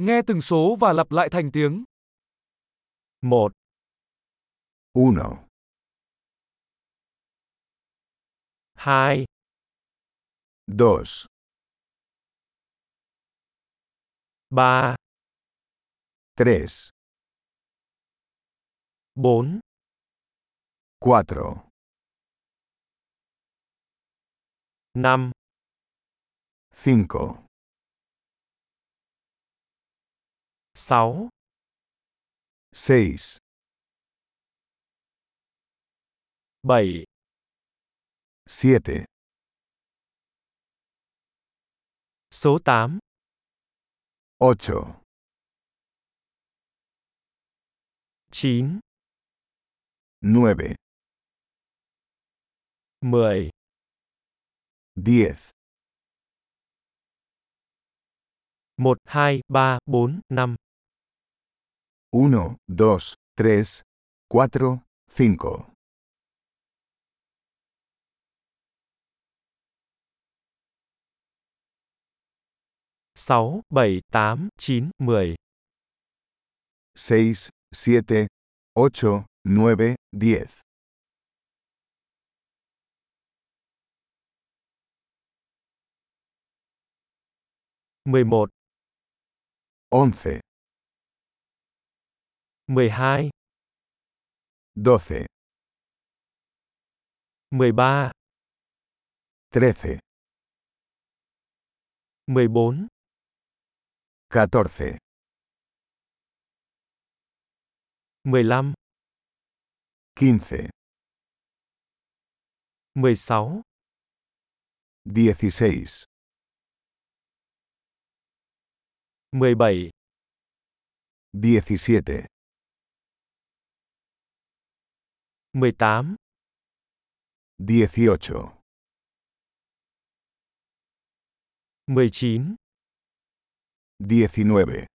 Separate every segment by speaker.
Speaker 1: Nghe từng số và lặp lại thành tiếng.
Speaker 2: 1,
Speaker 3: uno,
Speaker 2: 2,
Speaker 3: dos,
Speaker 2: 3,
Speaker 3: tres,
Speaker 2: 4,
Speaker 3: cuatro,
Speaker 2: 5,
Speaker 3: cinco,
Speaker 2: 6,
Speaker 3: seis,
Speaker 2: 7,
Speaker 3: siete,
Speaker 2: số 8,
Speaker 3: ocho,
Speaker 2: 9,
Speaker 3: nueve,
Speaker 2: 10,
Speaker 3: diez,
Speaker 2: 1, 2, 3, 4, 5,
Speaker 3: uno, dos, tres, cuatro, cinco,
Speaker 2: 6, 7, 8, 9, 10,
Speaker 3: seis, siete, ocho, nueve, diez,
Speaker 2: 11,
Speaker 3: once,
Speaker 2: 12,
Speaker 3: doce,
Speaker 2: 13,
Speaker 3: trece,
Speaker 2: 14,
Speaker 3: catorce,
Speaker 2: 15,
Speaker 3: quince,
Speaker 2: 16,
Speaker 3: dieciséis,
Speaker 2: 17,
Speaker 3: diecisiete,
Speaker 2: 18,
Speaker 3: dieciocho,
Speaker 2: 19,
Speaker 3: diecinueve,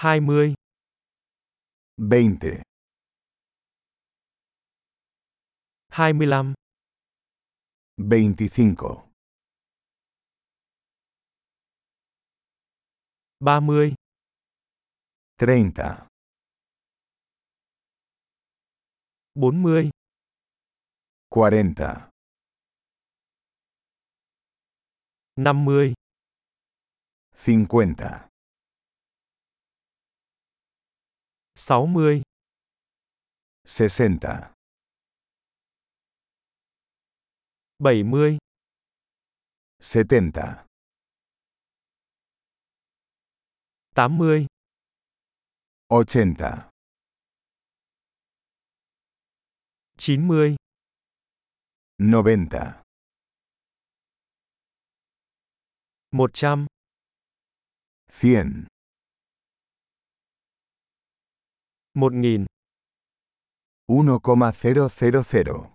Speaker 2: 20,
Speaker 3: veinte,
Speaker 2: 25,
Speaker 3: veinticinco,
Speaker 2: 30,
Speaker 3: treinta,
Speaker 2: 40,
Speaker 3: cuarenta,
Speaker 2: 50,
Speaker 3: cincuenta,
Speaker 2: 60,
Speaker 3: sesenta,
Speaker 2: 70,
Speaker 3: setenta,
Speaker 2: 80,
Speaker 3: ochenta,
Speaker 2: 90,
Speaker 3: noventa,
Speaker 2: 100,
Speaker 3: cien,
Speaker 2: 1000,
Speaker 3: uno coma cero cero cero,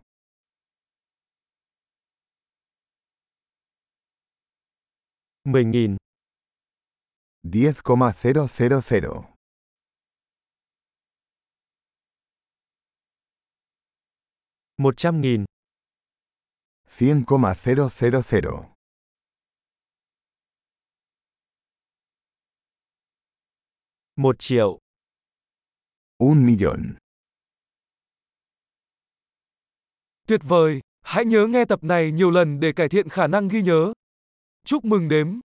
Speaker 2: 10000,
Speaker 3: diez coma cero cero cero,
Speaker 2: 100000,
Speaker 3: cien coma cero cero cero,
Speaker 2: 1 triệu,
Speaker 3: un millón.
Speaker 1: Tuyệt vời! Hãy nhớ nghe tập này nhiều lần để cải thiện khả năng ghi nhớ. Chúc mừng đếm!